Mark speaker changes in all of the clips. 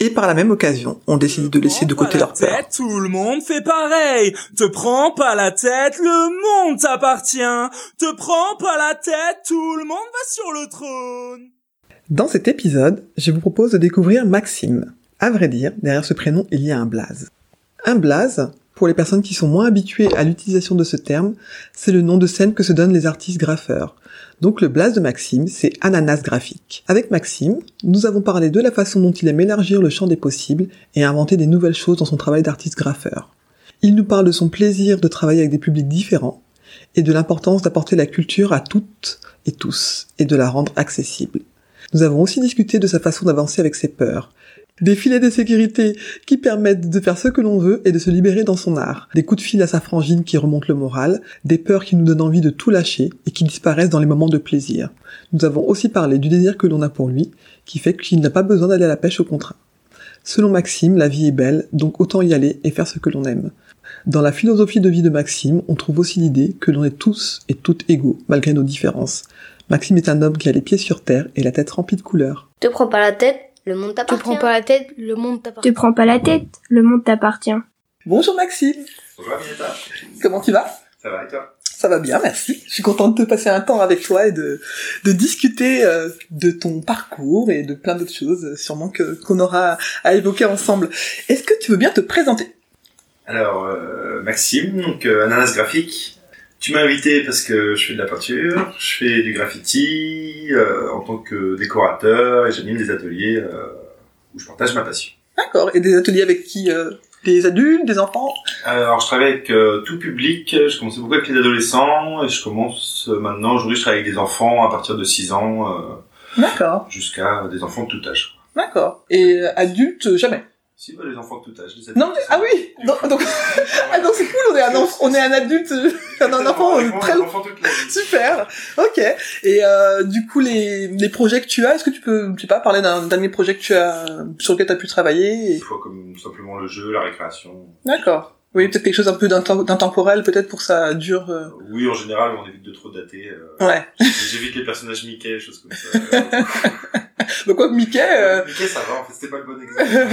Speaker 1: Et par la même occasion, ont décidé de laisser de
Speaker 2: Prends
Speaker 1: côté
Speaker 2: pas la
Speaker 1: leur peur.
Speaker 2: tête, Tout le monde fait pareil. Te prends pas la tête, le monde t'appartient. Te prends pas la tête, tout le monde va sur le trône.
Speaker 1: Dans cet épisode, je vous propose de découvrir Maxime. À vrai dire, derrière ce prénom, il y a un blaze. Un blaze, pour les personnes qui sont moins habituées à l'utilisation de ce terme, c'est le nom de scène que se donnent les artistes graffeurs. Donc le blaze de Maxime, c'est Ananas Graphique. Avec Maxime, nous avons parlé de la façon dont il aime élargir le champ des possibles et inventer des nouvelles choses dans son travail d'artiste graffeur. Il nous parle de son plaisir de travailler avec des publics différents et de l'importance d'apporter la culture à toutes et tous et de la rendre accessible. Nous avons aussi discuté de sa façon d'avancer avec ses peurs. Des filets de sécurité qui permettent de faire ce que l'on veut et de se libérer dans son art. Des coups de fil à sa frangine qui remontent le moral. Des peurs qui nous donnent envie de tout lâcher et qui disparaissent dans les moments de plaisir. Nous avons aussi parlé du désir que l'on a pour lui, qui fait qu'il n'a pas besoin d'aller à la pêche au contrat. Selon Maxime, la vie est belle, donc autant y aller et faire ce que l'on aime. Dans la philosophie de vie de Maxime, on trouve aussi l'idée que l'on est tous et toutes égaux, malgré nos différences. Maxime est un homme qui a les pieds sur terre et la tête remplie de couleurs.
Speaker 3: Te prends pas la tête, le monde
Speaker 4: Te
Speaker 3: t'appartient.
Speaker 4: prends pas la tête, le monde
Speaker 5: Te
Speaker 4: t'appartient.
Speaker 5: prends pas la tête, le monde t'appartient.
Speaker 1: Bonjour Maxime,
Speaker 6: Bonjour Aminata,
Speaker 1: comment tu vas
Speaker 6: ça va et toi
Speaker 1: Ça va bien, merci. Je suis contente de passer un temps avec toi et de, de discuter euh, de ton parcours et de plein d'autres choses, euh, sûrement que qu'on aura à évoquer ensemble. Est-ce que tu veux bien te présenter
Speaker 6: Alors, euh, Maxime, donc euh, Ananas Graphique, tu m'as invité parce que je fais de la peinture, je fais du graffiti euh, en tant que décorateur et j'anime des ateliers euh, où je partage ma passion.
Speaker 1: D'accord, et des ateliers avec qui euh, Des adultes, des enfants
Speaker 6: Alors, je travaille avec euh, tout public, je commençais beaucoup avec les adolescents et je commence euh, maintenant, aujourd'hui je travaille avec des enfants à partir de 6 ans euh,
Speaker 1: D'accord,
Speaker 6: jusqu'à des enfants de tout âge.
Speaker 1: d'accord. Et euh, adultes, jamais.
Speaker 6: Si, bah, les enfants de tout âge. Les
Speaker 1: Non, mais, ah oui Donc, donc- ah, donc c'est cool, on est un, enf- on est un adulte, euh, un enfant euh, très...
Speaker 6: toute la vie.
Speaker 1: Super, ok. Et euh, du coup, les, les projets que tu as, est-ce que tu peux, je sais pas, parler d'un dernier projet que tu as sur lequel tu as pu travailler et-
Speaker 6: Des fois, comme simplement le jeu, la récréation.
Speaker 1: D'accord. Oui, peut-être quelque chose un peu d'intem- d'intemporel, peut-être pour que ça dure. euh,
Speaker 6: Oui, en général, on évite de trop dater. euh,
Speaker 1: Ouais.
Speaker 6: J'évite les personnages Mickey, des choses comme ça.
Speaker 1: Donc quoi, Mickey, euh,
Speaker 6: Mickey, ça va, en fait, c'était pas le bon exemple.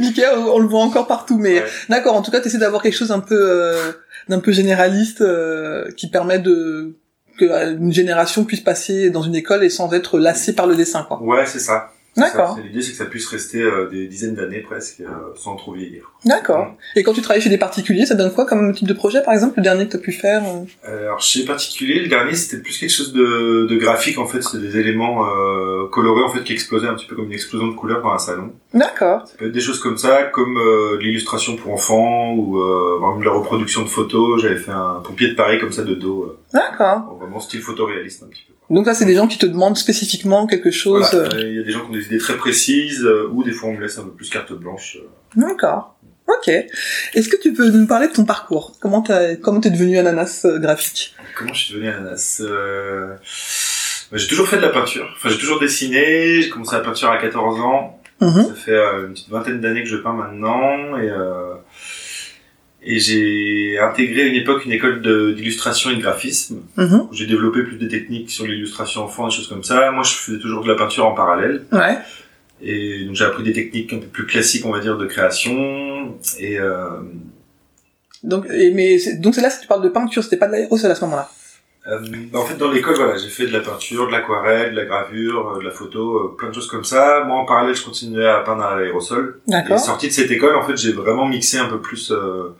Speaker 1: Mickey, on, on le voit encore partout, mais
Speaker 6: Ouais.
Speaker 1: d'accord. En tout cas, t'essaies d'avoir quelque chose un peu, euh, d'un peu généraliste euh, qui permet de que euh, une génération puisse passer dans une école et sans être lassée par le dessin, quoi.
Speaker 6: Ouais, c'est ça. Ça,
Speaker 1: D'accord,
Speaker 6: c'est- L'idée, c'est que ça puisse rester euh, des dizaines d'années presque euh, sans trop vieillir. Mm.
Speaker 1: d'accord. Et quand tu travailles chez des particuliers, ça donne quoi comme type de projet, par exemple, le dernier que t'as pu faire euh
Speaker 6: Alors, chez les particuliers, le dernier, c'était plus quelque chose de, de graphique, en fait. C'est des éléments euh, colorés, en fait, qui explosaient un petit peu comme une explosion de couleurs dans un salon.
Speaker 1: D'accord.
Speaker 6: Ça peut être Euh, des choses comme ça, comme euh, de l'illustration pour enfants ou euh, vraiment de la reproduction de photos. J'avais fait un pompier de Paris comme ça de dos, euh,
Speaker 1: D'accord.
Speaker 6: en vraiment style photoréaliste un petit peu.
Speaker 1: Donc là, c'est des gens qui te demandent spécifiquement quelque chose.
Speaker 6: Voilà, euh, Il y a des gens qui ont des idées très précises, euh, ou des fois on me laisse un peu plus carte blanche. euh.
Speaker 1: euh, D'accord. Ok. Est-ce que tu peux nous parler de ton parcours Comment t'as, comment t'es devenu ananas euh, graphique
Speaker 6: Comment je suis devenu ananas euh... bah, J'ai toujours fait de la peinture. Enfin, j'ai toujours dessiné. J'ai commencé la peinture à 14 ans.
Speaker 1: Mhm.
Speaker 6: Ça fait euh, une petite vingtaine d'années que je peins maintenant. Et, euh, et j'ai intégré à une époque une école de- d'illustration et de graphisme.
Speaker 1: Mhm.
Speaker 6: J'ai développé plus des techniques sur l'illustration enfant, des choses comme ça. Moi, je faisais toujours de la peinture en parallèle.
Speaker 1: Ouais.
Speaker 6: Et donc j'ai appris des techniques un peu plus classiques, on va dire, de création. Et euh,
Speaker 1: Donc, et, mais c'est- donc c'est là si tu parles de peinture, c'était pas de l'aérosol à ce moment-là.
Speaker 6: euh, en fait, dans l'école, voilà, j'ai fait de la peinture, de l'aquarelle, de la gravure, euh, de la photo, euh, plein de choses comme ça. Moi, en parallèle, je continuais à peindre à l'aérosol. Et
Speaker 1: D'accord.
Speaker 6: sorti de cette école, en fait, j'ai vraiment mixé un peu plus euh,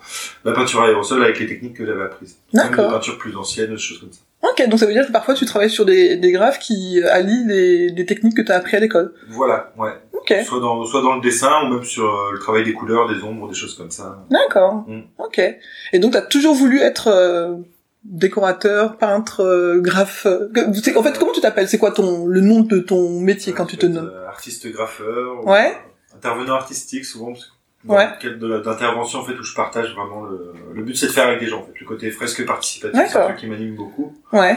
Speaker 6: la peinture à l'aérosol avec les techniques que j'avais apprises. Même
Speaker 1: D'accord.
Speaker 6: Des peintures plus anciennes, des choses comme ça.
Speaker 1: Ok. Donc ça veut dire que parfois tu travailles sur des, des graphes qui euh, allient les, des techniques que t'as appris à l'école.
Speaker 6: Voilà, ouais.
Speaker 1: Ok.
Speaker 6: Soit dans, soit dans le dessin, ou même sur euh, le travail des couleurs, des ombres, des choses comme ça.
Speaker 1: D'accord.
Speaker 6: Mm.
Speaker 1: Ok. Et donc t'as toujours voulu être euh, décorateur, peintre, euh, graphe. euh, que- c'est- en fait, comment tu t'appelles C'est quoi ton le nom de ton métier quand
Speaker 6: Euh,
Speaker 1: tu
Speaker 6: je
Speaker 1: te
Speaker 6: peux être,
Speaker 1: nommes
Speaker 6: euh, Artiste graffeur. ou,
Speaker 1: Ouais.
Speaker 6: euh, intervenant artistique, souvent, parce que dans
Speaker 1: Ouais.
Speaker 6: le cadre de- d'intervention en fait où je partage vraiment le, le but c'est de faire avec des gens en fait le côté fresque participatif c'est un
Speaker 1: D'accord.
Speaker 6: truc qui m'anime beaucoup
Speaker 1: Ouais,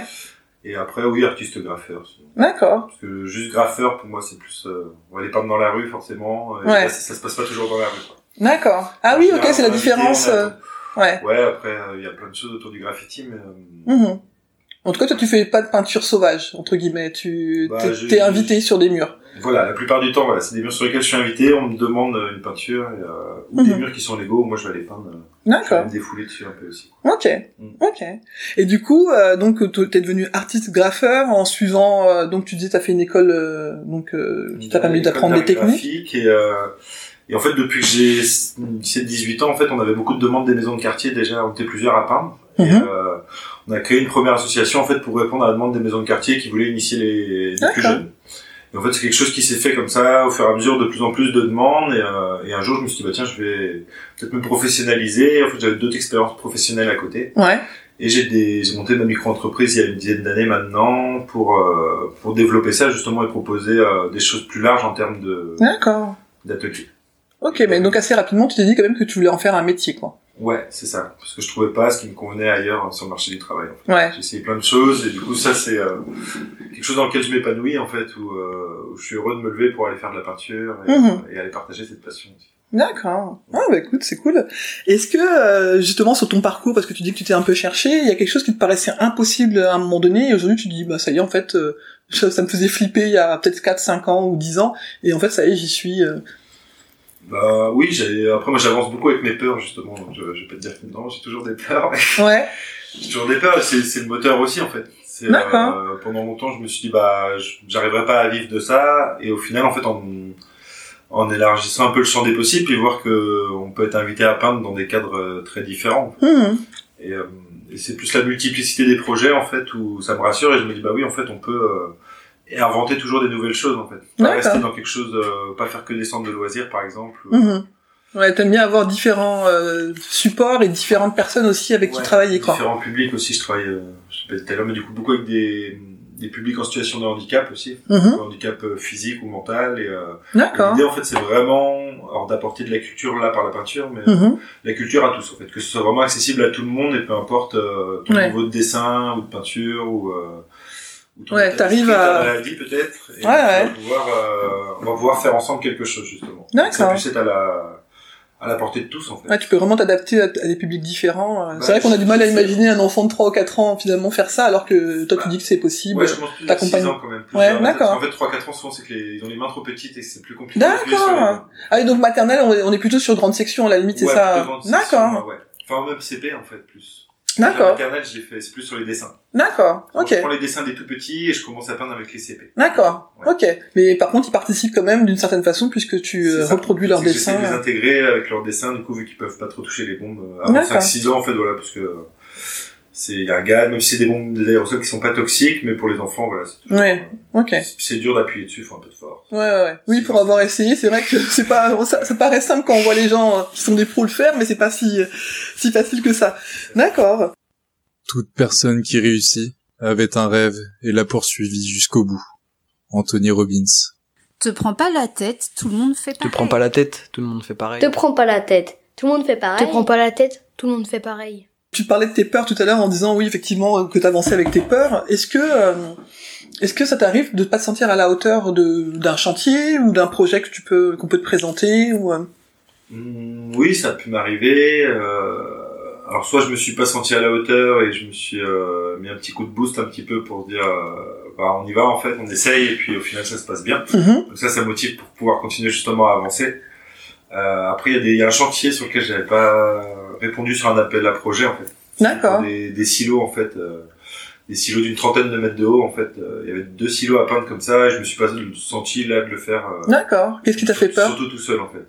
Speaker 6: et après oui artiste graffeur sinon.
Speaker 1: d'accord.
Speaker 6: parce que juste graffeur pour moi c'est plus euh, on va les peindre dans la rue forcément et
Speaker 1: Ouais.
Speaker 6: là, ça, ça se passe pas toujours dans la rue quoi.
Speaker 1: D'accord. Ah
Speaker 6: En
Speaker 1: oui, ok,
Speaker 6: général,
Speaker 1: c'est la
Speaker 6: on a l'idée,
Speaker 1: différence.
Speaker 6: on a-
Speaker 1: euh, Ouais.
Speaker 6: ouais après euh, il y a plein de choses autour du graffiti mais euh,
Speaker 1: Mhm. En tout cas, toi, tu fais pas de peinture sauvage, entre guillemets. Tu
Speaker 6: Bah,
Speaker 1: t'es-
Speaker 6: j'ai-
Speaker 1: t'es invité sur des murs.
Speaker 6: Voilà, la plupart du temps, voilà, c'est des murs sur lesquels je suis invité, on me demande euh, une peinture, et, euh, ou des
Speaker 1: Mhm.
Speaker 6: murs qui sont légaux, moi je vais les peindre, euh, je vais
Speaker 1: D'accord.
Speaker 6: me défouler dessus un peu aussi. quoi.
Speaker 1: Ok.
Speaker 6: Mm.
Speaker 1: Ok. Et du coup, euh, donc, t- t'es devenu artiste graffeur en suivant. euh, donc, tu dis, t'as fait une école, euh, donc, euh, qui t'a
Speaker 6: Dans
Speaker 1: permis
Speaker 6: l'école
Speaker 1: d'apprendre des
Speaker 6: d'art
Speaker 1: techniques.
Speaker 6: graphique, Et, euh, et en fait, depuis que j'ai 17-18 ans, en fait, on avait beaucoup de demandes des maisons de quartier, déjà, on était plusieurs à peindre. Et,
Speaker 1: Mhm.
Speaker 6: euh, on a créé une première association en fait pour répondre à la demande des maisons de quartier qui voulaient initier les, les plus
Speaker 1: D'accord.
Speaker 6: jeunes. Et en fait, c'est quelque chose qui s'est fait comme ça au fur et à mesure de plus en plus de demandes. Et, euh, et un jour, je me suis dit bah tiens, je vais peut-être me professionnaliser. Et en fait, j'avais d'autres expériences professionnelles à côté.
Speaker 1: Ouais.
Speaker 6: Et j'ai des- j'ai monté ma micro-entreprise il y a une dizaine d'années maintenant pour euh, pour développer ça justement et proposer euh, des choses plus larges en termes de
Speaker 1: D'accord.
Speaker 6: d'ateliers.
Speaker 1: Ok, mais donc assez rapidement, tu t'es dit quand même que tu voulais en faire un métier, quoi.
Speaker 6: Ouais, c'est ça. Parce que je trouvais pas ce qui me convenait ailleurs hein, sur le marché du travail. en fait.
Speaker 1: Ouais.
Speaker 6: J'ai essayé plein de choses et du coup ça c'est euh, quelque chose dans lequel je m'épanouis en fait où, euh, où je suis heureux de me lever pour aller faire de la peinture et,
Speaker 1: Mhm.
Speaker 6: et aller partager cette passion. aussi.
Speaker 1: D'accord. Ah bah écoute, c'est cool. Est-ce que euh, justement sur ton parcours, parce que tu dis que tu t'es un peu cherché, il y a quelque chose qui te paraissait impossible à un moment donné, et aujourd'hui tu te dis bah ça y est en fait, euh, ça, ça me faisait flipper il y a peut-être 4, 5 ans ou 10 ans, et en fait ça y est j'y suis. euh.
Speaker 6: Bah oui, j'ai après moi j'avance beaucoup avec mes peurs justement donc je, je vais pas te dire que non, j'ai toujours des peurs.
Speaker 1: Ouais.
Speaker 6: j'ai toujours des peurs, et c'est c'est le moteur aussi en fait. C'est, euh,
Speaker 1: D'accord.
Speaker 6: pendant longtemps, je me suis dit bah je- j'arriverai pas à vivre de ça et au final en fait en en élargissant un peu le champ des possibles et voir que on peut être invité à peindre dans des cadres euh, très différents.
Speaker 1: Mhm.
Speaker 6: Et, euh, et c'est plus la multiplicité des projets en fait où ça me rassure et je me dis bah oui en fait on peut euh, et inventer toujours des nouvelles choses en fait. Pas
Speaker 1: D'accord.
Speaker 6: rester dans quelque chose, euh, pas faire que des centres de loisirs par exemple.
Speaker 1: Mhm. Ouais, t'aimes bien avoir différents euh, supports et différentes personnes aussi avec qui
Speaker 6: Ouais,
Speaker 1: travailler quoi.
Speaker 6: Différents publics aussi, je travaille, euh, je sais pas tout à l'heure, mais du coup beaucoup avec des, des publics en situation de handicap aussi,
Speaker 1: Mhm.
Speaker 6: handicap euh, physique ou mental. Et euh,
Speaker 1: D'accord.
Speaker 6: l'idée en fait c'est vraiment alors d'apporter de la culture là par la peinture, mais euh,
Speaker 1: Mhm.
Speaker 6: la culture à tous en fait, que ce soit vraiment accessible à tout le monde et peu importe euh, ton
Speaker 1: Ouais.
Speaker 6: niveau de dessin ou de peinture ou, euh, ou ton
Speaker 1: Ouais,
Speaker 6: état
Speaker 1: t'arrives
Speaker 6: d'esprit,
Speaker 1: à-
Speaker 6: ta maladie peut-être et
Speaker 1: Ouais, ouais.
Speaker 6: On, va pouvoir, euh, on va pouvoir faire ensemble quelque chose justement.
Speaker 1: D'accord.
Speaker 6: Ça puisse être à la à la portée de tous en fait.
Speaker 1: Ouais, tu peux vraiment t'adapter à, à des publics différents. euh.
Speaker 6: Bah,
Speaker 1: c'est vrai qu'on a du mal à
Speaker 6: c'est-
Speaker 1: imaginer un enfant de 3 ou 4 ans finalement faire ça alors que toi tu
Speaker 6: Bah,
Speaker 1: dis que c'est possible.
Speaker 6: Ouais, je pense plus de
Speaker 1: t'accompagnes.
Speaker 6: 6 ans quand même. plus
Speaker 1: Ouais,
Speaker 6: jeune, parce
Speaker 1: d'accord.
Speaker 6: qu'en fait, 3-4 ans, souvent, c'est que les, ils ont les mains trop petites et que c'est plus compliqué.
Speaker 1: D'accord. Ah oui, donc maternelle, on est, on est plutôt sur grande section à la limite, c'est ça. D'accord,
Speaker 6: Ouais. Enfin, même CP, en fait, plus. La
Speaker 1: d'accord,
Speaker 6: maternelle, j'ai fait, c'est plus sur les dessins.
Speaker 1: d'accord, ok,
Speaker 6: Je prends les dessins des tout petits et je commence à peindre avec les CP.
Speaker 1: d'accord,
Speaker 6: Ouais.
Speaker 1: ok. Mais par contre, ils participent quand même d'une certaine façon puisque tu euh,
Speaker 6: C'est ça.
Speaker 1: reproduis euh. leurs
Speaker 6: C'est que J'essaie de les
Speaker 1: dessins.
Speaker 6: intégrer avec leurs dessins, du coup, vu qu'ils peuvent pas trop toucher les bombes. euh, Avant
Speaker 1: D'accord.
Speaker 6: 5-6 ans, en fait, voilà, parce que euh, c'est, il y a un gaz, même si c'est des bombes, des aérosols qui sont pas toxiques, mais pour les enfants, voilà, c'est toujours,
Speaker 1: Ouais.
Speaker 6: euh,
Speaker 1: Ok.
Speaker 6: c'est- c'est dur d'appuyer dessus, faut un peu de force.
Speaker 1: Ouais, ouais, ouais. Oui,
Speaker 6: C'est
Speaker 1: pour
Speaker 6: ça.
Speaker 1: avoir essayé, c'est vrai que c'est pas, ça, ça paraît simple quand on voit les gens euh, qui sont des pros le faire, mais c'est pas si, euh, si facile que ça. D'accord.
Speaker 7: Toute personne qui réussit avait un rêve et l'a poursuivi jusqu'au bout. Anthony Robbins.
Speaker 8: Te prends pas la tête, tout le monde fait
Speaker 9: Te
Speaker 8: pareil.
Speaker 9: prends pas la tête, tout le monde fait pareil.
Speaker 3: Te prends pas la tête. Tout le monde fait pareil.
Speaker 5: Te prends
Speaker 3: pas la tête. Tout le monde fait pareil.
Speaker 1: Tu parlais de tes peurs tout à l'heure en disant oui, effectivement, euh, que t'avançais avec tes peurs. Est-ce que, euh, est-ce que ça t'arrive de pas te sentir à la hauteur de, d'un chantier ou d'un projet que tu peux, qu'on peut te présenter ou, euh,
Speaker 6: Hmm, Oui, ça a pu m'arriver. euh, Alors soit je me suis pas senti à la hauteur et je me suis euh, mis un petit coup de boost un petit peu pour dire euh, bah, on y va en fait, on essaye et puis au final ça se passe bien.
Speaker 1: Mhm.
Speaker 6: Donc ça, ça motive pour pouvoir continuer justement à avancer. Euh, après, il y, a des- il y a un chantier sur lequel j'avais pas répondu sur un appel à projet en fait.
Speaker 1: D'accord.
Speaker 6: Des, des silos en fait, euh, des silos d'une trentaine de mètres de haut en fait. Euh, Il y avait deux silos à peindre comme ça et je me suis pas senti là de le faire. euh,
Speaker 1: D'accord. Qu'est-ce qui t'a fait peur
Speaker 6: Surtout tout seul en fait.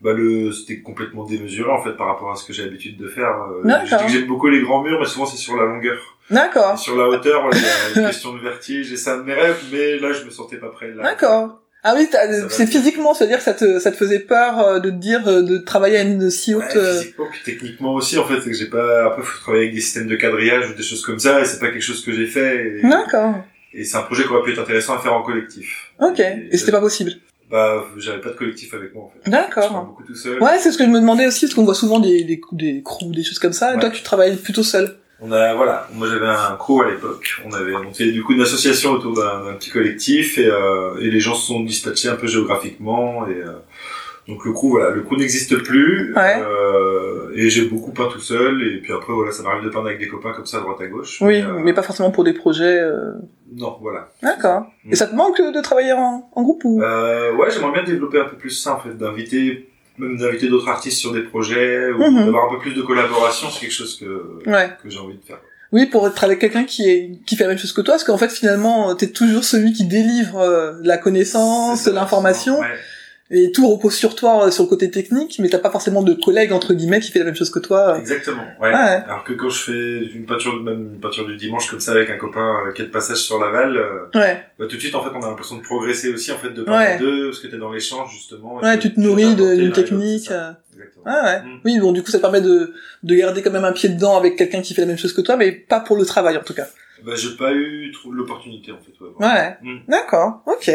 Speaker 6: Bah le c'était complètement démesuré en fait par rapport à ce que j'ai l'habitude de faire. Euh,
Speaker 1: D'accord.
Speaker 6: je dis que j'aime beaucoup les grands murs mais souvent c'est sur la longueur. Et
Speaker 1: D'accord.
Speaker 6: sur la hauteur voilà, il y a une question de vertige et c'est un de mes rêves mais là je me sentais pas prêt là.
Speaker 1: D'accord. Ah oui, t'as-
Speaker 6: Ça va
Speaker 1: c'est
Speaker 6: bien.
Speaker 1: physiquement, c'est-à-dire que ça te, ça te faisait peur euh, de te dire euh, de travailler à une si
Speaker 6: Ouais,
Speaker 1: haute. euh,
Speaker 6: physiquement puis techniquement aussi en fait c'est que j'ai pas après faut travailler avec des systèmes de quadrillage ou des choses comme ça et c'est pas quelque chose que j'ai fait et,
Speaker 1: D'accord.
Speaker 6: et c'est un projet qui aurait pu être intéressant à faire en collectif.
Speaker 1: Ok.
Speaker 6: Et-
Speaker 1: Et c'était pas possible.
Speaker 6: Bah, j'avais pas de collectif avec moi, en fait. Je travaille
Speaker 1: D'accord.
Speaker 6: beaucoup tout seul.
Speaker 1: Ouais, c'est ce que je me demandais aussi, parce qu'on voit souvent des, des, des crews, des choses comme ça, et
Speaker 6: Ouais.
Speaker 1: toi tu travailles plutôt seul.
Speaker 6: On a, voilà, moi j'avais un crew à l'époque. On avait monté du coup une association autour d'un d'un petit collectif et, euh, et les gens se sont dispatchés un peu géographiquement et euh, donc le crew, voilà, le crew n'existe plus.
Speaker 1: Ouais.
Speaker 6: euh, et j'ai beaucoup peint tout seul et puis après voilà, ça m'arrive de peindre avec des copains comme ça à droite à gauche.
Speaker 1: Oui,
Speaker 6: euh,
Speaker 1: mais pas forcément pour des projets. euh,
Speaker 6: Non, voilà.
Speaker 1: D'accord.
Speaker 6: Mm.
Speaker 1: Et ça te manque euh, de travailler en, en groupe ou
Speaker 6: Euh, ouais, j'aimerais bien développer un peu plus ça en fait, d'inviter même d'inviter d'autres artistes sur des projets ou
Speaker 1: Mhm.
Speaker 6: d'avoir un peu plus de collaboration, c'est quelque chose que
Speaker 1: Ouais.
Speaker 6: que j'ai envie de faire.
Speaker 1: Oui, pour être avec quelqu'un qui est qui fait la même chose que toi, parce qu'en fait finalement euh, t'es toujours celui qui délivre euh, la connaissance,
Speaker 6: C'est ça,
Speaker 1: l'information,
Speaker 6: ouais.
Speaker 1: et tout repose sur toi euh, sur le côté technique, mais t'as pas forcément de collègue entre guillemets qui fait la même chose que toi. euh.
Speaker 6: Exactement, ouais.
Speaker 1: Ouais.
Speaker 6: Alors que quand je fais une peinture, même une peinture du dimanche comme ça avec un copain euh, qui est de passage sur Laval, euh,
Speaker 1: Ouais.
Speaker 6: bah, tout de suite en fait on a l'impression de progresser aussi en fait de parler
Speaker 1: Ouais.
Speaker 6: d'eux parce que t'es dans l'échange justement. et
Speaker 1: Ouais,
Speaker 6: que
Speaker 1: tu te nourris de-
Speaker 6: t'apportes l'un et
Speaker 1: d'une
Speaker 6: l'autre,
Speaker 1: technique.
Speaker 6: c'est ça.
Speaker 1: euh.
Speaker 6: Exactement.
Speaker 1: Ah ouais.
Speaker 6: Mm.
Speaker 1: Oui, bon du coup ça te permet de de garder quand même un pied dedans avec quelqu'un qui fait la même chose que toi, mais pas pour le travail en tout cas.
Speaker 6: Bah j'ai pas eu trop l'opportunité en fait. Ouais. vraiment.
Speaker 1: Ouais.
Speaker 6: Mm.
Speaker 1: D'accord, ok.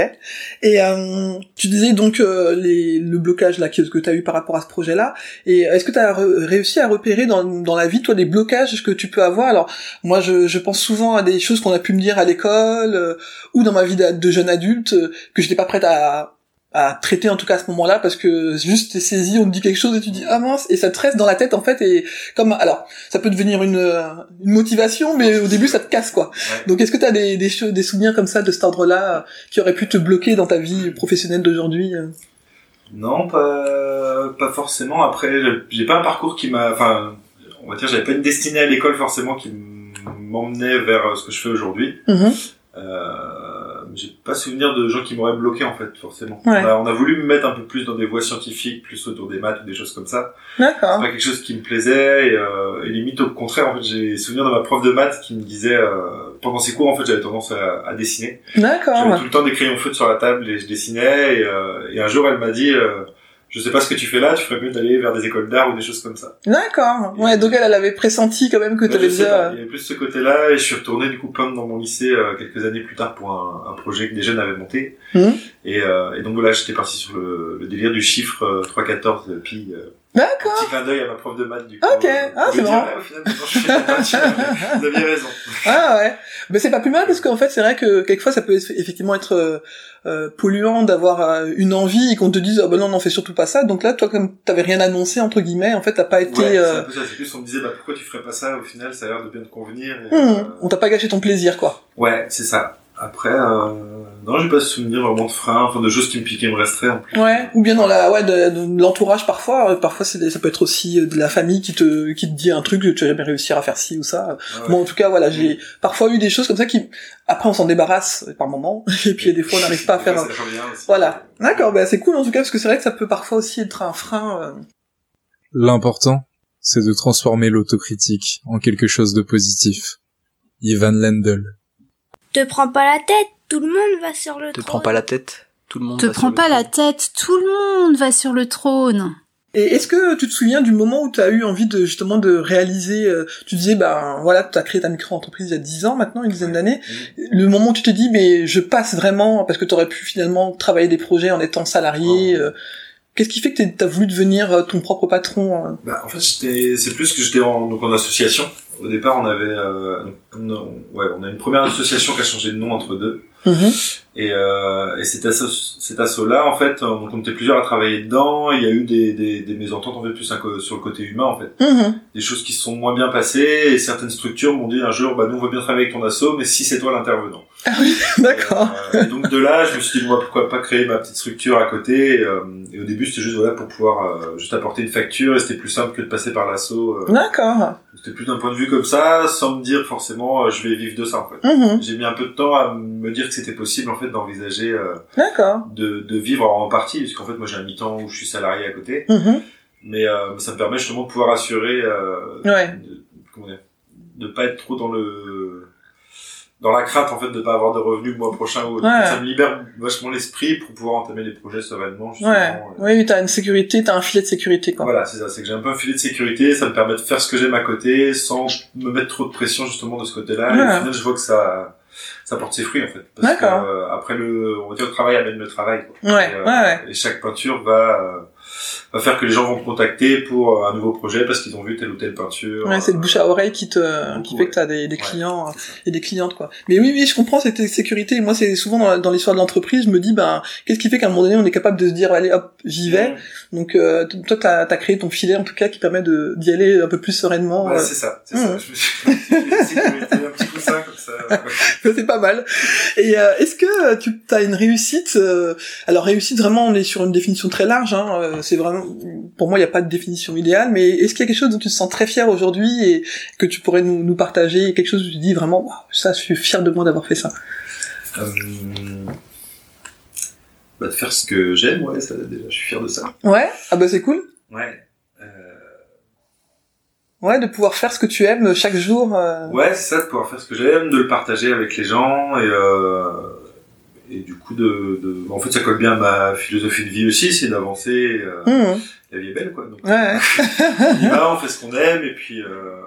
Speaker 1: Et euh, tu disais donc euh, les, le blocage là que, que tu as eu par rapport à ce projet-là. Et est-ce que tu as réussi à repérer dans, dans la vie, toi, des blocages que tu peux avoir Alors, moi, je, je pense souvent à des choses qu'on a pu me dire à l'école euh, ou dans ma vie d'a- de jeune adulte euh, que j'étais pas prête à à traiter en tout cas à ce moment-là parce que juste t'es saisi on te dit quelque chose et tu dis ah mince et ça te reste dans la tête en fait et comme alors ça peut devenir une, euh, une motivation mais au début ça te casse quoi
Speaker 6: Ouais.
Speaker 1: donc est-ce que t'as des, des, cho- des souvenirs comme ça de cet ordre-là euh, qui auraient pu te bloquer dans ta vie professionnelle d'aujourd'hui euh
Speaker 6: Non, pas pas forcément. Après j'ai- j'ai pas un parcours qui m'a, enfin on va dire j'avais pas une destinée à l'école forcément qui m'emmenait vers euh, ce que je fais aujourd'hui.
Speaker 1: Mhm.
Speaker 6: Euh, j'ai pas souvenir de gens qui m'auraient bloqué en fait forcément.
Speaker 1: Ouais.
Speaker 6: On, a, on a voulu me mettre un peu plus dans des voies scientifiques, plus autour des maths ou des choses comme ça. C'est
Speaker 1: D'accord.
Speaker 6: pas quelque chose qui me plaisait et, euh, et limite au contraire en fait j'ai souvenir de ma prof de maths qui me disait euh, pendant ses cours en fait j'avais tendance à, à dessiner. J'avais
Speaker 1: D'accord.
Speaker 6: tout le temps des crayons feutres sur la table et je dessinais et, euh, et un jour elle m'a dit euh, je sais pas ce que tu fais là, tu ferais mieux d'aller vers des écoles d'art ou des choses comme ça.
Speaker 1: D'accord. Ouais, donc elle, elle avait pressenti quand même que
Speaker 6: Ouais,
Speaker 1: t'avais
Speaker 6: je sais
Speaker 1: déjà... euh,
Speaker 6: pas. Il y avait plus ce côté-là, et je suis retourné du coup peindre dans mon lycée euh, quelques années plus tard pour un, un projet que des jeunes avaient monté.
Speaker 1: Mhm.
Speaker 6: Et, euh, et donc voilà, j'étais parti sur le, le délire du chiffre euh, 3-14, euh, puis euh,
Speaker 1: D'accord.
Speaker 6: petit clin d'œil à ma prof de maths du coup.
Speaker 1: Ok.
Speaker 6: Euh,
Speaker 1: Ah,
Speaker 6: je
Speaker 1: c'est
Speaker 6: me dis,
Speaker 1: marrant.
Speaker 6: ouais, au final, maintenant, je fais la peinture. Vous aviez raison.
Speaker 1: Ah ouais, mais c'est pas plus mal parce qu'en fait c'est vrai que quelquefois ça peut eff- effectivement être euh, euh, polluant d'avoir euh, une envie et qu'on te dise ah ben non non fais surtout pas ça donc là toi comme t'avais rien annoncé entre guillemets en fait t'as pas été
Speaker 6: Ouais, c'est
Speaker 1: euh,
Speaker 6: un peu ça. C'est plus on me disait bah, pourquoi tu ferais pas ça, au final ça a l'air de bien te convenir. et,
Speaker 1: hmm,
Speaker 6: euh,
Speaker 1: on t'a pas gâché ton plaisir quoi.
Speaker 6: Ouais, c'est ça. Après, euh, non, j'ai pas de souvenir vraiment de frein, enfin de choses qui me piquaient, me resteraient en plus.
Speaker 1: Ouais. Ou bien dans la ouais de, de l'entourage parfois euh, parfois c'est des- ça peut être aussi euh, de la famille qui te qui te dit un truc que tu vas jamais réussir à faire ci ou ça.
Speaker 6: Ouais.
Speaker 1: Moi en tout cas voilà j'ai parfois eu des choses comme ça qui après on s'en débarrasse par moment et puis des fois on n'arrive pas à faire
Speaker 6: Ouais, ça change rien aussi.
Speaker 1: Voilà. D'accord, bah c'est cool en tout cas, parce que c'est vrai que ça peut parfois aussi être un frein. euh.
Speaker 7: L'important, c'est de transformer l'autocritique en quelque chose de positif. Ivan Lendl.
Speaker 10: Te prends pas la tête, tout le monde va sur le
Speaker 9: Te
Speaker 10: trône.
Speaker 9: prends pas la tête, tout le monde.
Speaker 8: Te
Speaker 9: va sur
Speaker 8: prends
Speaker 9: le
Speaker 8: pas la
Speaker 9: trône.
Speaker 8: tête, tout le monde va sur le trône.
Speaker 1: Et est-ce que tu te souviens du moment où tu as eu envie de justement de réaliser, euh, tu disais, ben voilà, tu as créé ta micro-entreprise il y a 10 ans maintenant, une dizaine d'années,
Speaker 6: Mm.
Speaker 1: le moment où tu te dis, mais je passe vraiment, parce que tu aurais pu finalement travailler des projets en étant salarié, euh, qu'est-ce qui fait que tu as voulu devenir euh, ton propre patron euh
Speaker 6: Bah, en fait, j'étais, c'est plus que j'étais en, donc en association. Au départ, on avait, euh, on, on- ouais, on a une première association qui a changé de nom entre deux.
Speaker 1: Mhm.
Speaker 6: Et, euh, et cet asso, cet asso-là, en fait, on on était plusieurs à travailler dedans. Il y a eu des, des, des mésententes, en fait, plus un co- sur le côté humain, en fait.
Speaker 1: Mhm.
Speaker 6: Des choses qui se sont moins bien passées et certaines structures m'ont dit un jour, bah, nous, on veut bien travailler avec ton asso, mais si c'est toi l'intervenant.
Speaker 1: D'accord.
Speaker 6: Et, euh, et donc de là, je me suis dit moi pourquoi pas créer ma petite structure à côté. Et, euh, et au début c'était juste voilà pour pouvoir euh, juste apporter une facture et c'était plus simple que de passer par l'assaut. euh.
Speaker 1: D'accord.
Speaker 6: C'était plus d'un point de vue comme ça, sans me dire forcément euh, je vais vivre de ça en fait.
Speaker 1: Mhm.
Speaker 6: J'ai mis un peu de temps à me dire que c'était possible en fait d'envisager euh,
Speaker 1: D'accord.
Speaker 6: de, de vivre en partie, parce qu'en fait moi j'ai un mi-temps où je suis salarié à côté,
Speaker 1: Mhm.
Speaker 6: mais euh, ça me permet justement de pouvoir assurer euh,
Speaker 1: Ouais.
Speaker 6: de, comment dire, de pas être trop dans le dans la crainte en fait de pas avoir de revenus le mois prochain ou autre.
Speaker 1: Ouais.
Speaker 6: ça me libère vachement l'esprit pour pouvoir entamer les projets sereinement justement euh,
Speaker 1: Ouais.
Speaker 6: Et-
Speaker 1: Oui, oui, t'as une sécurité, t'as un filet de sécurité, quoi.
Speaker 6: voilà c'est ça c'est que j'ai un peu un filet de sécurité ça me permet de faire ce que j'aime à côté sans me mettre trop de pression justement de ce côté là et
Speaker 1: Ouais.
Speaker 6: au final je vois que ça ça porte ses fruits en fait. Parce que,
Speaker 1: D'accord.
Speaker 6: euh, après le, on va dire le travail amène le travail. quoi.
Speaker 1: Ouais,
Speaker 6: Et, euh,
Speaker 1: ouais, ouais.
Speaker 6: Et chaque peinture va euh, va faire que les gens vont te contacter pour euh, un nouveau projet parce qu'ils ont vu telle ou telle peinture. euh,
Speaker 1: Ouais, c'est le bouche à oreille qui te, qui
Speaker 6: beaucoup,
Speaker 1: fait que
Speaker 6: ouais.
Speaker 1: t'as des, des
Speaker 6: Ouais,
Speaker 1: clients euh,
Speaker 6: c'est ça.
Speaker 1: et des clientes, quoi. Mais oui, oui, je comprends cette sécurité. Moi, c'est souvent dans, la- dans l'histoire de l'entreprise, je me dis, ben, qu'est-ce qui fait qu'à un moment donné, on est capable de se dire, allez, hop, j'y vais. Donc, euh, t- toi, t'as, t'as créé ton filet, en tout cas, qui permet de, d'y aller un peu plus sereinement.
Speaker 6: Voilà,
Speaker 1: euh.
Speaker 6: c'est ça, c'est
Speaker 1: Mmh.
Speaker 6: ça. Je me suis fait un petit coussin comme ça.
Speaker 1: c'est pas mal. Et euh, est-ce que euh, tu as une réussite euh, Alors réussite, vraiment, on est sur une définition très large. Hein, euh, c'est vraiment, pour moi, il n'y a pas de définition idéale. Mais est-ce qu'il y a quelque chose dont tu te sens très fier aujourd'hui et que tu pourrais nous, nous partager Quelque chose où tu dis vraiment, Waouh, ça, je suis fier de moi d'avoir fait ça.
Speaker 6: Euh, bah, de faire ce que j'aime, ouais, ça, déjà, je suis fier de ça.
Speaker 1: Ouais. Ah bah c'est cool.
Speaker 6: Ouais. Euh,
Speaker 1: Ouais, de pouvoir faire ce que tu aimes chaque jour. euh,
Speaker 6: ouais, c'est ça, de pouvoir faire ce que j'aime, de le partager avec les gens et, euh, et du coup, de, de- En fait, ça colle bien à ma philosophie de vie aussi, c'est d'avancer. euh,
Speaker 1: hum,
Speaker 6: La vie est belle, quoi. Donc,
Speaker 1: Ouais.
Speaker 6: on y va, on fait ce qu'on aime et puis euh,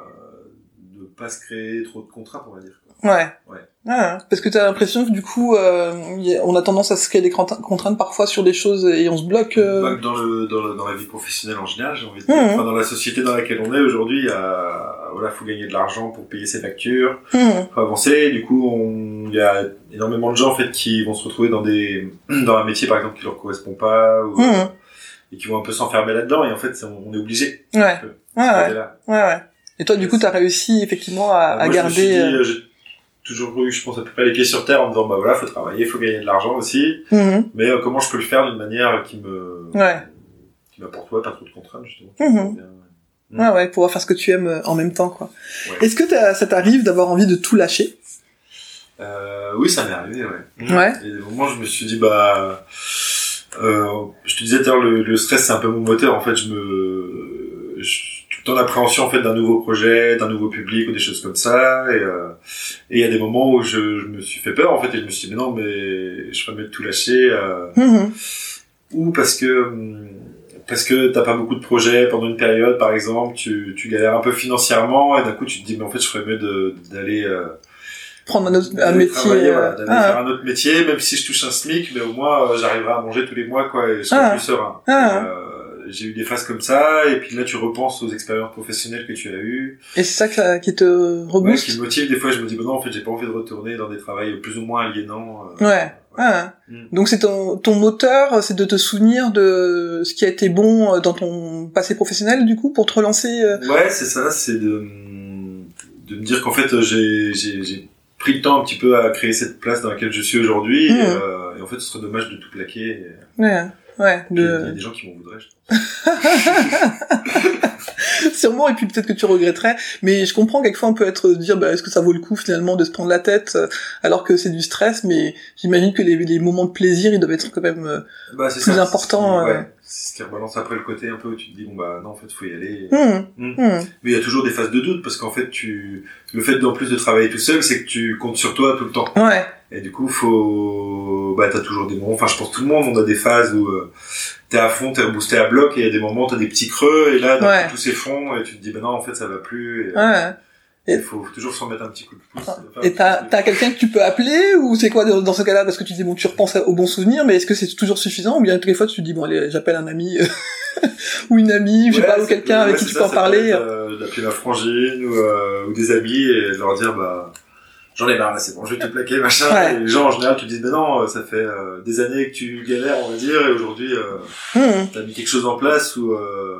Speaker 6: de pas se créer trop de contraintes, on va dire. quoi.
Speaker 1: Ouais.
Speaker 6: Ouais.
Speaker 1: Ouais. Parce que t'as l'impression que du coup, euh, y a- on a tendance à se créer des crainte- contraintes parfois sur des choses et on se bloque. euh,
Speaker 6: Pas que dans, le, dans, le- dans la vie professionnelle en général, j'ai envie de
Speaker 1: Mhm.
Speaker 6: dire. Enfin, dans la société dans laquelle on est aujourd'hui, il y a- voilà, faut gagner de l'argent pour payer ses factures,
Speaker 1: hum,
Speaker 6: faut avancer. Du coup, on- il y a énormément de gens en fait qui vont se retrouver dans des dans un métier par exemple qui leur correspond pas ou-
Speaker 1: Mhm.
Speaker 6: et qui vont un peu s'enfermer là-dedans. Et en fait, c'est- on est obligé.
Speaker 1: Ouais. Ouais.
Speaker 6: de
Speaker 1: Ah ouais.
Speaker 6: rester là.
Speaker 1: Ouais, ouais. Et toi, du coup, t'as réussi effectivement à,
Speaker 6: Moi,
Speaker 1: à
Speaker 6: je me suis
Speaker 1: garder.
Speaker 6: dit,
Speaker 1: euh,
Speaker 6: euh, j'ai toujours eu, je pense à peu près les pieds sur terre en me disant bah voilà, faut travailler, faut gagner de l'argent aussi.
Speaker 1: mhm,
Speaker 6: Mais euh, comment je peux le faire d'une manière qui me
Speaker 1: Ouais.
Speaker 6: qui m'apporte ouais, pas trop de contraintes justement.
Speaker 1: Mhm.
Speaker 6: Bien.
Speaker 1: Ouais, ouais, pouvoir faire ce que tu aimes euh, en même temps, quoi.
Speaker 6: Mmh. Ouais.
Speaker 1: Est-ce que t'as- ça t'arrive d'avoir envie de tout lâcher
Speaker 6: Euh, oui, ça m'est arrivé, ouais.
Speaker 1: Ouais.
Speaker 6: Et des moments, je me suis dit, bah, euh, je te disais tout à l'heure, le, le stress, c'est un peu mon moteur. En fait, je me, je suis tout le temps en appréhension, en fait, d'un nouveau projet, d'un nouveau public ou des choses comme ça. Et euh, et il y a des moments où je, je me suis fait peur, en fait, et je me suis dit, mais non, mais je ferais mieux de tout lâcher. Euh,
Speaker 1: Mhm,
Speaker 6: ou parce que hum, parce que t'as pas beaucoup de projets pendant une période par exemple tu, tu galères un peu financièrement et d'un coup tu te dis mais en fait je ferais mieux de- d'aller euh,
Speaker 1: Prendre un autre- un
Speaker 6: d'aller
Speaker 1: métier,
Speaker 6: travailler, voilà,
Speaker 1: euh,
Speaker 6: d'aller
Speaker 1: ah,
Speaker 6: faire un autre métier même si je touche un smic mais au moins euh, j'arriverai à manger tous les mois quoi et je serai
Speaker 1: Ah.
Speaker 6: plus serein
Speaker 1: Ah.
Speaker 6: Euh, j'ai eu des phases comme ça et puis là tu repenses aux expériences professionnelles que tu as eues
Speaker 1: Et c'est ça que ça- qui te
Speaker 6: ouais,
Speaker 1: rebooste.
Speaker 6: qui me motive des fois je me dis bah non en fait j'ai pas envie de retourner dans des travails plus ou moins aliénants euh,
Speaker 1: Ouais. Ah.
Speaker 6: Mm.
Speaker 1: Donc c'est ton, ton moteur, c'est de te souvenir de ce qui a été bon euh, dans ton passé professionnel, du coup, pour te relancer. euh,
Speaker 6: Ouais, c'est ça, c'est de, de me dire qu'en fait, euh, j'ai, j'ai, j'ai pris le temps un petit peu à créer cette place dans laquelle je suis aujourd'hui,
Speaker 1: Mhm.
Speaker 6: et, euh, et en fait, ce serait dommage de tout plaquer. et-
Speaker 1: Ouais, ouais.
Speaker 6: Il y a- il y a
Speaker 1: De...
Speaker 6: des gens qui m'en voudraient, je pense.
Speaker 1: Sûrement, et puis peut-être que tu regretterais. Mais je comprends quelquefois on peut être se dire, bah, est-ce que ça vaut le coup finalement de se prendre la tête, euh, alors que c'est du stress. Mais j'imagine que les, les moments de plaisir, ils doivent être quand même. euh,
Speaker 6: Bah, c'est
Speaker 1: Plus
Speaker 6: ça,
Speaker 1: important,
Speaker 6: c'est ce qui-
Speaker 1: euh.
Speaker 6: ouais, c'est ce qui rebalance après le côté un peu où tu te dis, bon, bah non, en fait, faut y aller.
Speaker 1: hum,
Speaker 6: Mhm.
Speaker 1: hum.
Speaker 6: Mais il y a toujours des phases de doute, parce qu'en fait, tu, le fait d'en plus de travailler tout seul, c'est que tu comptes sur toi tout le temps.
Speaker 1: Ouais.
Speaker 6: Et du coup, faut, bah, t'as toujours des moments, enfin, je pense tout le monde, on a des phases où euh, t'es à fond, t'es boosté à bloc, et il y a des moments, t'as des petits creux, et là, d'un
Speaker 1: Ouais.
Speaker 6: coup, tout s'effondre, et tu te dis, bah non, en fait, ça va plus, et, euh,
Speaker 1: Ouais.
Speaker 6: il faut toujours s'en mettre un petit coup de pouce. Enfin,
Speaker 1: Et t'as,
Speaker 6: c'est-
Speaker 1: t'as quelqu'un que tu peux appeler ou c'est quoi dans dans ce cas-là parce que tu dis bon tu repenses à- aux bons souvenirs mais est-ce que c'est toujours suffisant ou bien des fois tu dis bon allez j'appelle un ami ou une amie ou je sais
Speaker 6: Ouais,
Speaker 1: pas ou
Speaker 6: c'est-
Speaker 1: quelqu'un
Speaker 6: ouais,
Speaker 1: avec qui
Speaker 6: c'est
Speaker 1: tu
Speaker 6: ça,
Speaker 1: peux en
Speaker 6: ça peut
Speaker 1: parler
Speaker 6: être, euh, D'appeler ma frangine, ou, euh, ou des amis, et de leur dire, bah, j'en ai marre, là, c'est bon, je vais te plaquer, machin.
Speaker 1: Ouais.
Speaker 6: Et les gens, en général, tu te dis, bah non, euh, ça fait euh, des années que tu galères, on va dire, et aujourd'hui, euh,
Speaker 1: Hum,
Speaker 6: t'as mis quelque chose en place où, euh,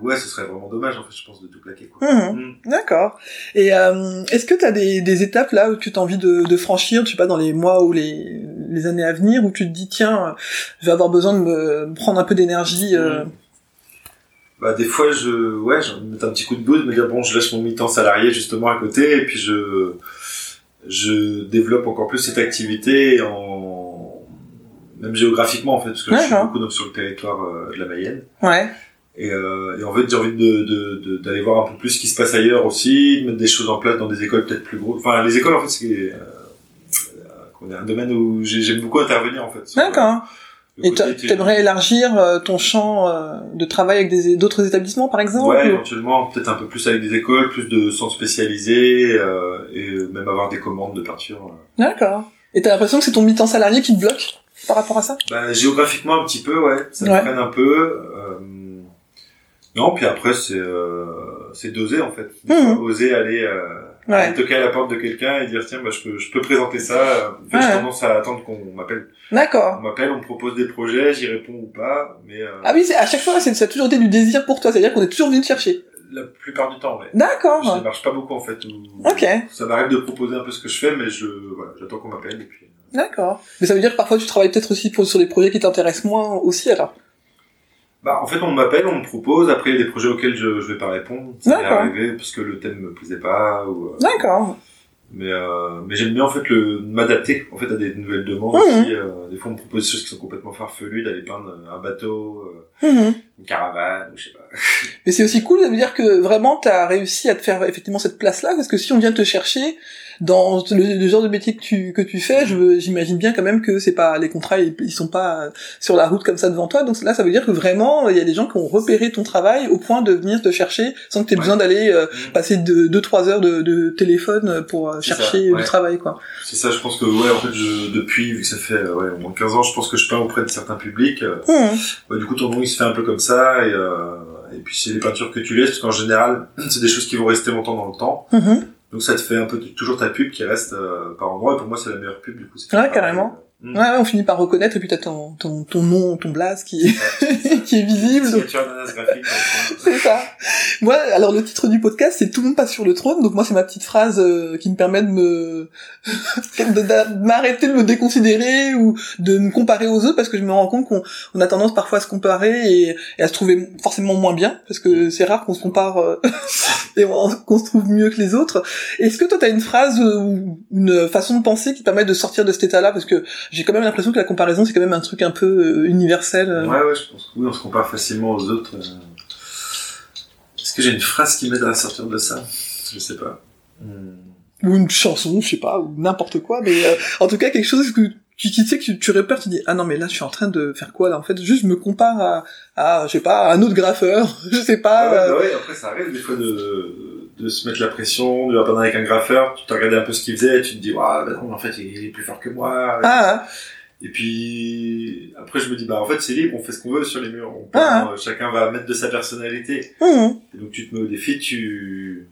Speaker 6: où, ouais, ce serait vraiment dommage, en fait, je pense, de tout plaquer, quoi.
Speaker 1: hum,
Speaker 6: Mm.
Speaker 1: D'accord. Et euh, est-ce que t'as des, des étapes là où tu as envie de, de franchir, je sais pas, dans les mois ou les, les années à venir, où tu te dis tiens, euh, je vais avoir besoin de me prendre un peu d'énergie. euh,
Speaker 6: Bah, des fois, je, ouais, j'ai envie de mettre un petit coup de boost, de me dire, bon, je lâche mon mi-temps salarié, justement, à côté, et puis je, je développe encore plus cette activité en, même géographiquement, en fait, parce que je suis
Speaker 1: D'accord.
Speaker 6: beaucoup donc, sur le territoire euh, de la Mayenne.
Speaker 1: Ouais.
Speaker 6: Et, euh, et en fait, j'ai envie de, de, de- d'aller voir un peu plus ce qui se passe ailleurs aussi, de mettre des choses en place dans des écoles peut-être plus grosses. Enfin, les écoles, en fait, c'est, euh, euh, comment dire, un domaine où j'ai- j'aime beaucoup intervenir, en fait. sur,
Speaker 1: D'accord.
Speaker 6: Le
Speaker 1: Et
Speaker 6: côté
Speaker 1: t'a-
Speaker 6: thé-
Speaker 1: t'aimerais élargir euh, ton champ euh, de travail avec des- d'autres établissements, par exemple
Speaker 6: Ouais,
Speaker 1: ou-
Speaker 6: éventuellement, peut-être un peu plus avec des écoles, plus de centres spécialisés, euh, et euh, même avoir des commandes de peinture. euh.
Speaker 1: D'accord. Et t'as l'impression que c'est ton mi-temps salarié qui te bloque par rapport à ça
Speaker 6: Bah, géographiquement, un petit peu, ouais. Ça
Speaker 1: Ouais.
Speaker 6: me freine un peu. euh, Non, puis après, c'est euh, c'est d'oser, en fait. Des
Speaker 1: Mhm.
Speaker 6: fois, Oser aller, euh,
Speaker 1: Ouais.
Speaker 6: aller toquer à la porte de quelqu'un et dire, tiens, bah, je, peux, je peux présenter ça. En fait,
Speaker 1: Ouais.
Speaker 6: j'ai tendance à attendre qu'on m'appelle. On
Speaker 1: D'accord.
Speaker 6: m'appelle, on me propose des projets, j'y réponds ou pas, mais euh,
Speaker 1: Ah oui, c'est- à chaque fois, c'est- ça a toujours été du désir pour toi, c'est-à-dire qu'on est toujours venu te chercher.
Speaker 6: la plupart du temps, ouais. Je
Speaker 1: D'accord.
Speaker 6: démarche pas beaucoup, en fait. ou-
Speaker 1: Ok,
Speaker 6: Ça m'arrive de proposer un peu ce que je fais, mais je voilà, j'attends qu'on m'appelle. Et puis... euh,
Speaker 1: d'accord. Mais ça veut dire que parfois tu travailles peut-être aussi pour, sur des projets qui t'intéressent moins aussi, alors.
Speaker 6: Bah, en fait, on m'appelle, on me propose. Après, il y a des projets auxquels je je vais pas répondre. Ça m'est
Speaker 1: D'accord.
Speaker 6: arrivé parce que le thème me plaisait pas. Ou, euh,
Speaker 1: D'accord.
Speaker 6: Mais, euh, mais j'aime bien en fait le m'adapter en fait à des nouvelles demandes
Speaker 1: Mhm.
Speaker 6: aussi. euh, des fois, on me propose des choses qui sont complètement farfelues, d'aller peindre un bateau, euh,
Speaker 1: Mhm.
Speaker 6: une caravane, ou je sais pas.
Speaker 1: Mais c'est aussi cool, ça veut dire que vraiment t'as réussi à te faire effectivement cette place-là, parce que si on vient te chercher dans le, le genre de métier que tu que tu fais, je veux- j'imagine bien quand même que c'est pas les contrats ils, ils sont pas sur la route comme ça devant toi, donc là ça veut dire que vraiment il y a des gens qui ont repéré ton travail au point de venir te chercher sans que t'aies
Speaker 6: Ouais.
Speaker 1: besoin d'aller euh,
Speaker 6: Mhm.
Speaker 1: passer deux deux trois heures de, de téléphone pour euh,
Speaker 6: C'est ça,
Speaker 1: chercher
Speaker 6: ouais.
Speaker 1: du travail quoi.
Speaker 6: C'est ça, je pense que ouais, en fait, je, depuis vu que ça fait euh, ouais, au moins 15 ans, je pense que je peins auprès de certains publics. euh,
Speaker 1: Mhm.
Speaker 6: Bah, du coup, ton nom, il se fait un peu comme ça. Et, euh, et puis, c'est les peintures que tu laisses, parce qu'en général, c'est des choses qui vont rester longtemps dans le temps.
Speaker 1: Mhm.
Speaker 6: Donc, ça te fait un peu t- toujours ta pub qui reste euh, par endroit. Et pour moi, c'est la meilleure pub, du coup. c'est
Speaker 1: Ouais,
Speaker 6: pas
Speaker 1: carrément.
Speaker 6: pareil. Mm.
Speaker 1: Ouais, ouais, on finit par reconnaître et puis t'as ton, ton ton nom, ton blaze qui qui est
Speaker 6: Mm.
Speaker 1: visible. donc
Speaker 6: Signature d'ananas graphique. dans le
Speaker 1: C'est ça. Moi, alors le titre du podcast, c'est Tout le monde passe sur le trône. Donc moi, c'est ma petite phrase euh, qui me permet de me de- de- de m'arrêter de me déconsidérer ou de me comparer aux autres parce que je me rends compte qu'on on a tendance parfois à se comparer et, et à se trouver forcément moins bien parce que c'est rare qu'on se compare euh, et on- qu'on se trouve mieux que les autres. Est-ce que toi, t'as une phrase euh, ou une façon de penser qui te permet de sortir de cet état-là parce que j'ai quand même l'impression que la comparaison, c'est quand même un truc un peu euh, universel. euh.
Speaker 6: coin. ouais, ouais, je pense que oui, on se compare facilement aux autres. euh. Est-ce que j'ai une phrase qui m'aide à sortir de ça Je sais pas. Mm.
Speaker 1: ou une chanson, je sais pas, ou n'importe quoi, mais euh, en tout cas quelque chose que tu, qui, tu sais que tu, tu repères, tu dis ah non mais là je suis en train de faire quoi là en fait juste je me compare à, à je sais pas à un autre graffeur, je sais
Speaker 6: Ah
Speaker 1: pas.
Speaker 6: ouais,
Speaker 1: euh,
Speaker 6: bah ouais, après ça arrive des fois de, de se mettre la pression, de la perdre avec un graffeur, tu t'as regardé un peu ce qu'il faisait, tu te dis, waouh, bah non, mais en fait, il est plus fort que moi.
Speaker 1: Ah,
Speaker 6: Et puis, après, je me dis, bah, en fait, c'est libre, on fait ce qu'on veut sur les murs, on
Speaker 1: Ah.
Speaker 6: peint, euh, chacun va mettre de sa personnalité.
Speaker 1: ah, hum,
Speaker 6: Et donc, tu te mets au défi, tu,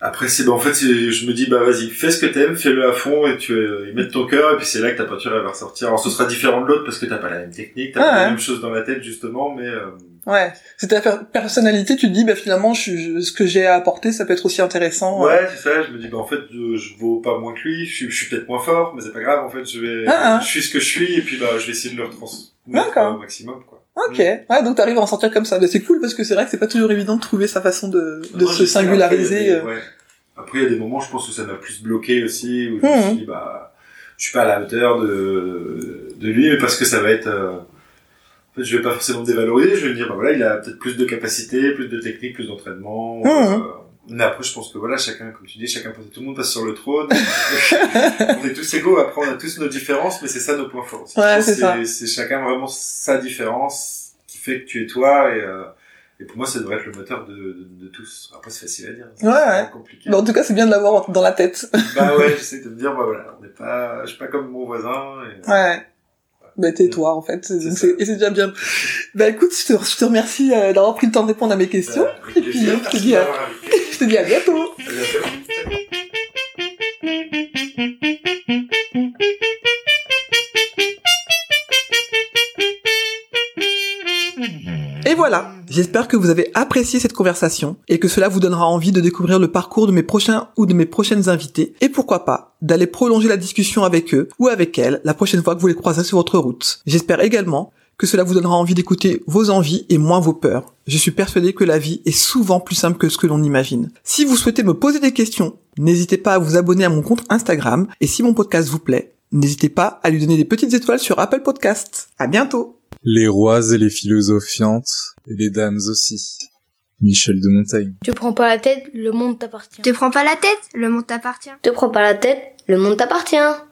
Speaker 6: après, c'est, bah, en fait, c'est- je me dis, bah, vas-y, fais ce que t'aimes, fais-le à fond, et tu, euh, y mets de ton cœur, et puis c'est là que ta peinture, elle va ressortir. Alors, ce sera différent de l'autre, parce que t'as pas la même technique, t'as
Speaker 1: Ah,
Speaker 6: pas
Speaker 1: ouais.
Speaker 6: la même chose dans la tête, justement, mais, euh,
Speaker 1: ouais. C'est ta per- personnalité, tu te dis bah finalement je, je- ce que j'ai à apporter ça peut être aussi intéressant. euh. hein.
Speaker 6: Ouais, c'est ça. Je me dis, bah, en fait, euh, je vaux pas moins que lui. Je, suis- je suis peut-être moins fort, mais c'est pas grave. En fait, je vais,
Speaker 1: Ah, ah.
Speaker 6: je suis ce que je suis, et puis bah, je vais essayer de le retransmettre
Speaker 1: D'accord.
Speaker 6: au maximum, quoi.
Speaker 1: Ok. Ouais donc t'arrives à en sortir comme ça, mais c'est cool parce que c'est vrai que c'est pas toujours évident de trouver sa façon de, de
Speaker 6: Bah, Moi,
Speaker 1: se
Speaker 6: je sais, Après, il y
Speaker 1: singulariser.
Speaker 6: a
Speaker 1: euh.
Speaker 6: des- ouais. Après, il y a des moments, je pense que ça m'a plus bloqué aussi, où je me
Speaker 1: Mhm.
Speaker 6: suis dit, bah, je suis pas à la hauteur de, de lui, mais parce que ça va être, euh, en fait, je vais pas forcément me dévaloriser. Je vais me dire, bah voilà, il a peut-être plus de capacité, plus de technique, plus
Speaker 1: Mmh.
Speaker 6: d'entraînement. euh, mais après, je pense que voilà, chacun, comme tu dis, chacun, tout le monde passe sur le trône. on est tous égaux. Après, on a tous nos différences, mais c'est ça nos points forts. Je
Speaker 1: Ouais,
Speaker 6: pense
Speaker 1: c'est
Speaker 6: que
Speaker 1: ça.
Speaker 6: C'est chacun vraiment sa différence qui fait que tu es toi et, euh, et pour moi, ça devrait être le moteur de, de, de tous. Après, c'est facile à dire. C'est
Speaker 1: Ouais,
Speaker 6: vraiment
Speaker 1: ouais.
Speaker 6: compliqué.
Speaker 1: Mais en tout cas c'est bien de l'avoir dans la tête.
Speaker 6: Bah ouais, j'essaie de me dire, bah voilà, on n'est pas, je suis pas comme mon voisin. Et...
Speaker 1: Ouais. Bah tais-toi en fait, Donc,
Speaker 6: ça.
Speaker 1: c'est- et c'est déjà bien. Bah écoute, je te, je te remercie euh, d'avoir pris le temps de répondre à mes questions.
Speaker 6: Bah, avec plaisir.
Speaker 1: puis, je te
Speaker 6: Merci
Speaker 1: dis hein. à-
Speaker 6: d'avoir invité.
Speaker 1: Je te dis à bientôt.
Speaker 6: À bientôt.
Speaker 1: Et voilà, j'espère que vous avez apprécié cette conversation et que cela vous donnera envie de découvrir le parcours de mes prochains ou de mes prochaines invités et pourquoi pas d'aller prolonger la discussion avec eux ou avec elles la prochaine fois que vous les croiserez sur votre route. J'espère également que cela vous donnera envie d'écouter vos envies et moins vos peurs. Je suis persuadé que la vie est souvent plus simple que ce que l'on imagine. Si vous souhaitez me poser des questions, n'hésitez pas à vous abonner à mon compte Instagram et si mon podcast vous plaît, n'hésitez pas à lui donner des petites étoiles sur Apple Podcast. À bientôt!
Speaker 7: Les rois et les philosophiantes, et les dames aussi. Michel de Montaigne.
Speaker 3: Te prends pas la tête, le monde t'appartient.
Speaker 5: Te prends pas la tête, le monde t'appartient.
Speaker 3: Te prends pas la tête, le monde t'appartient.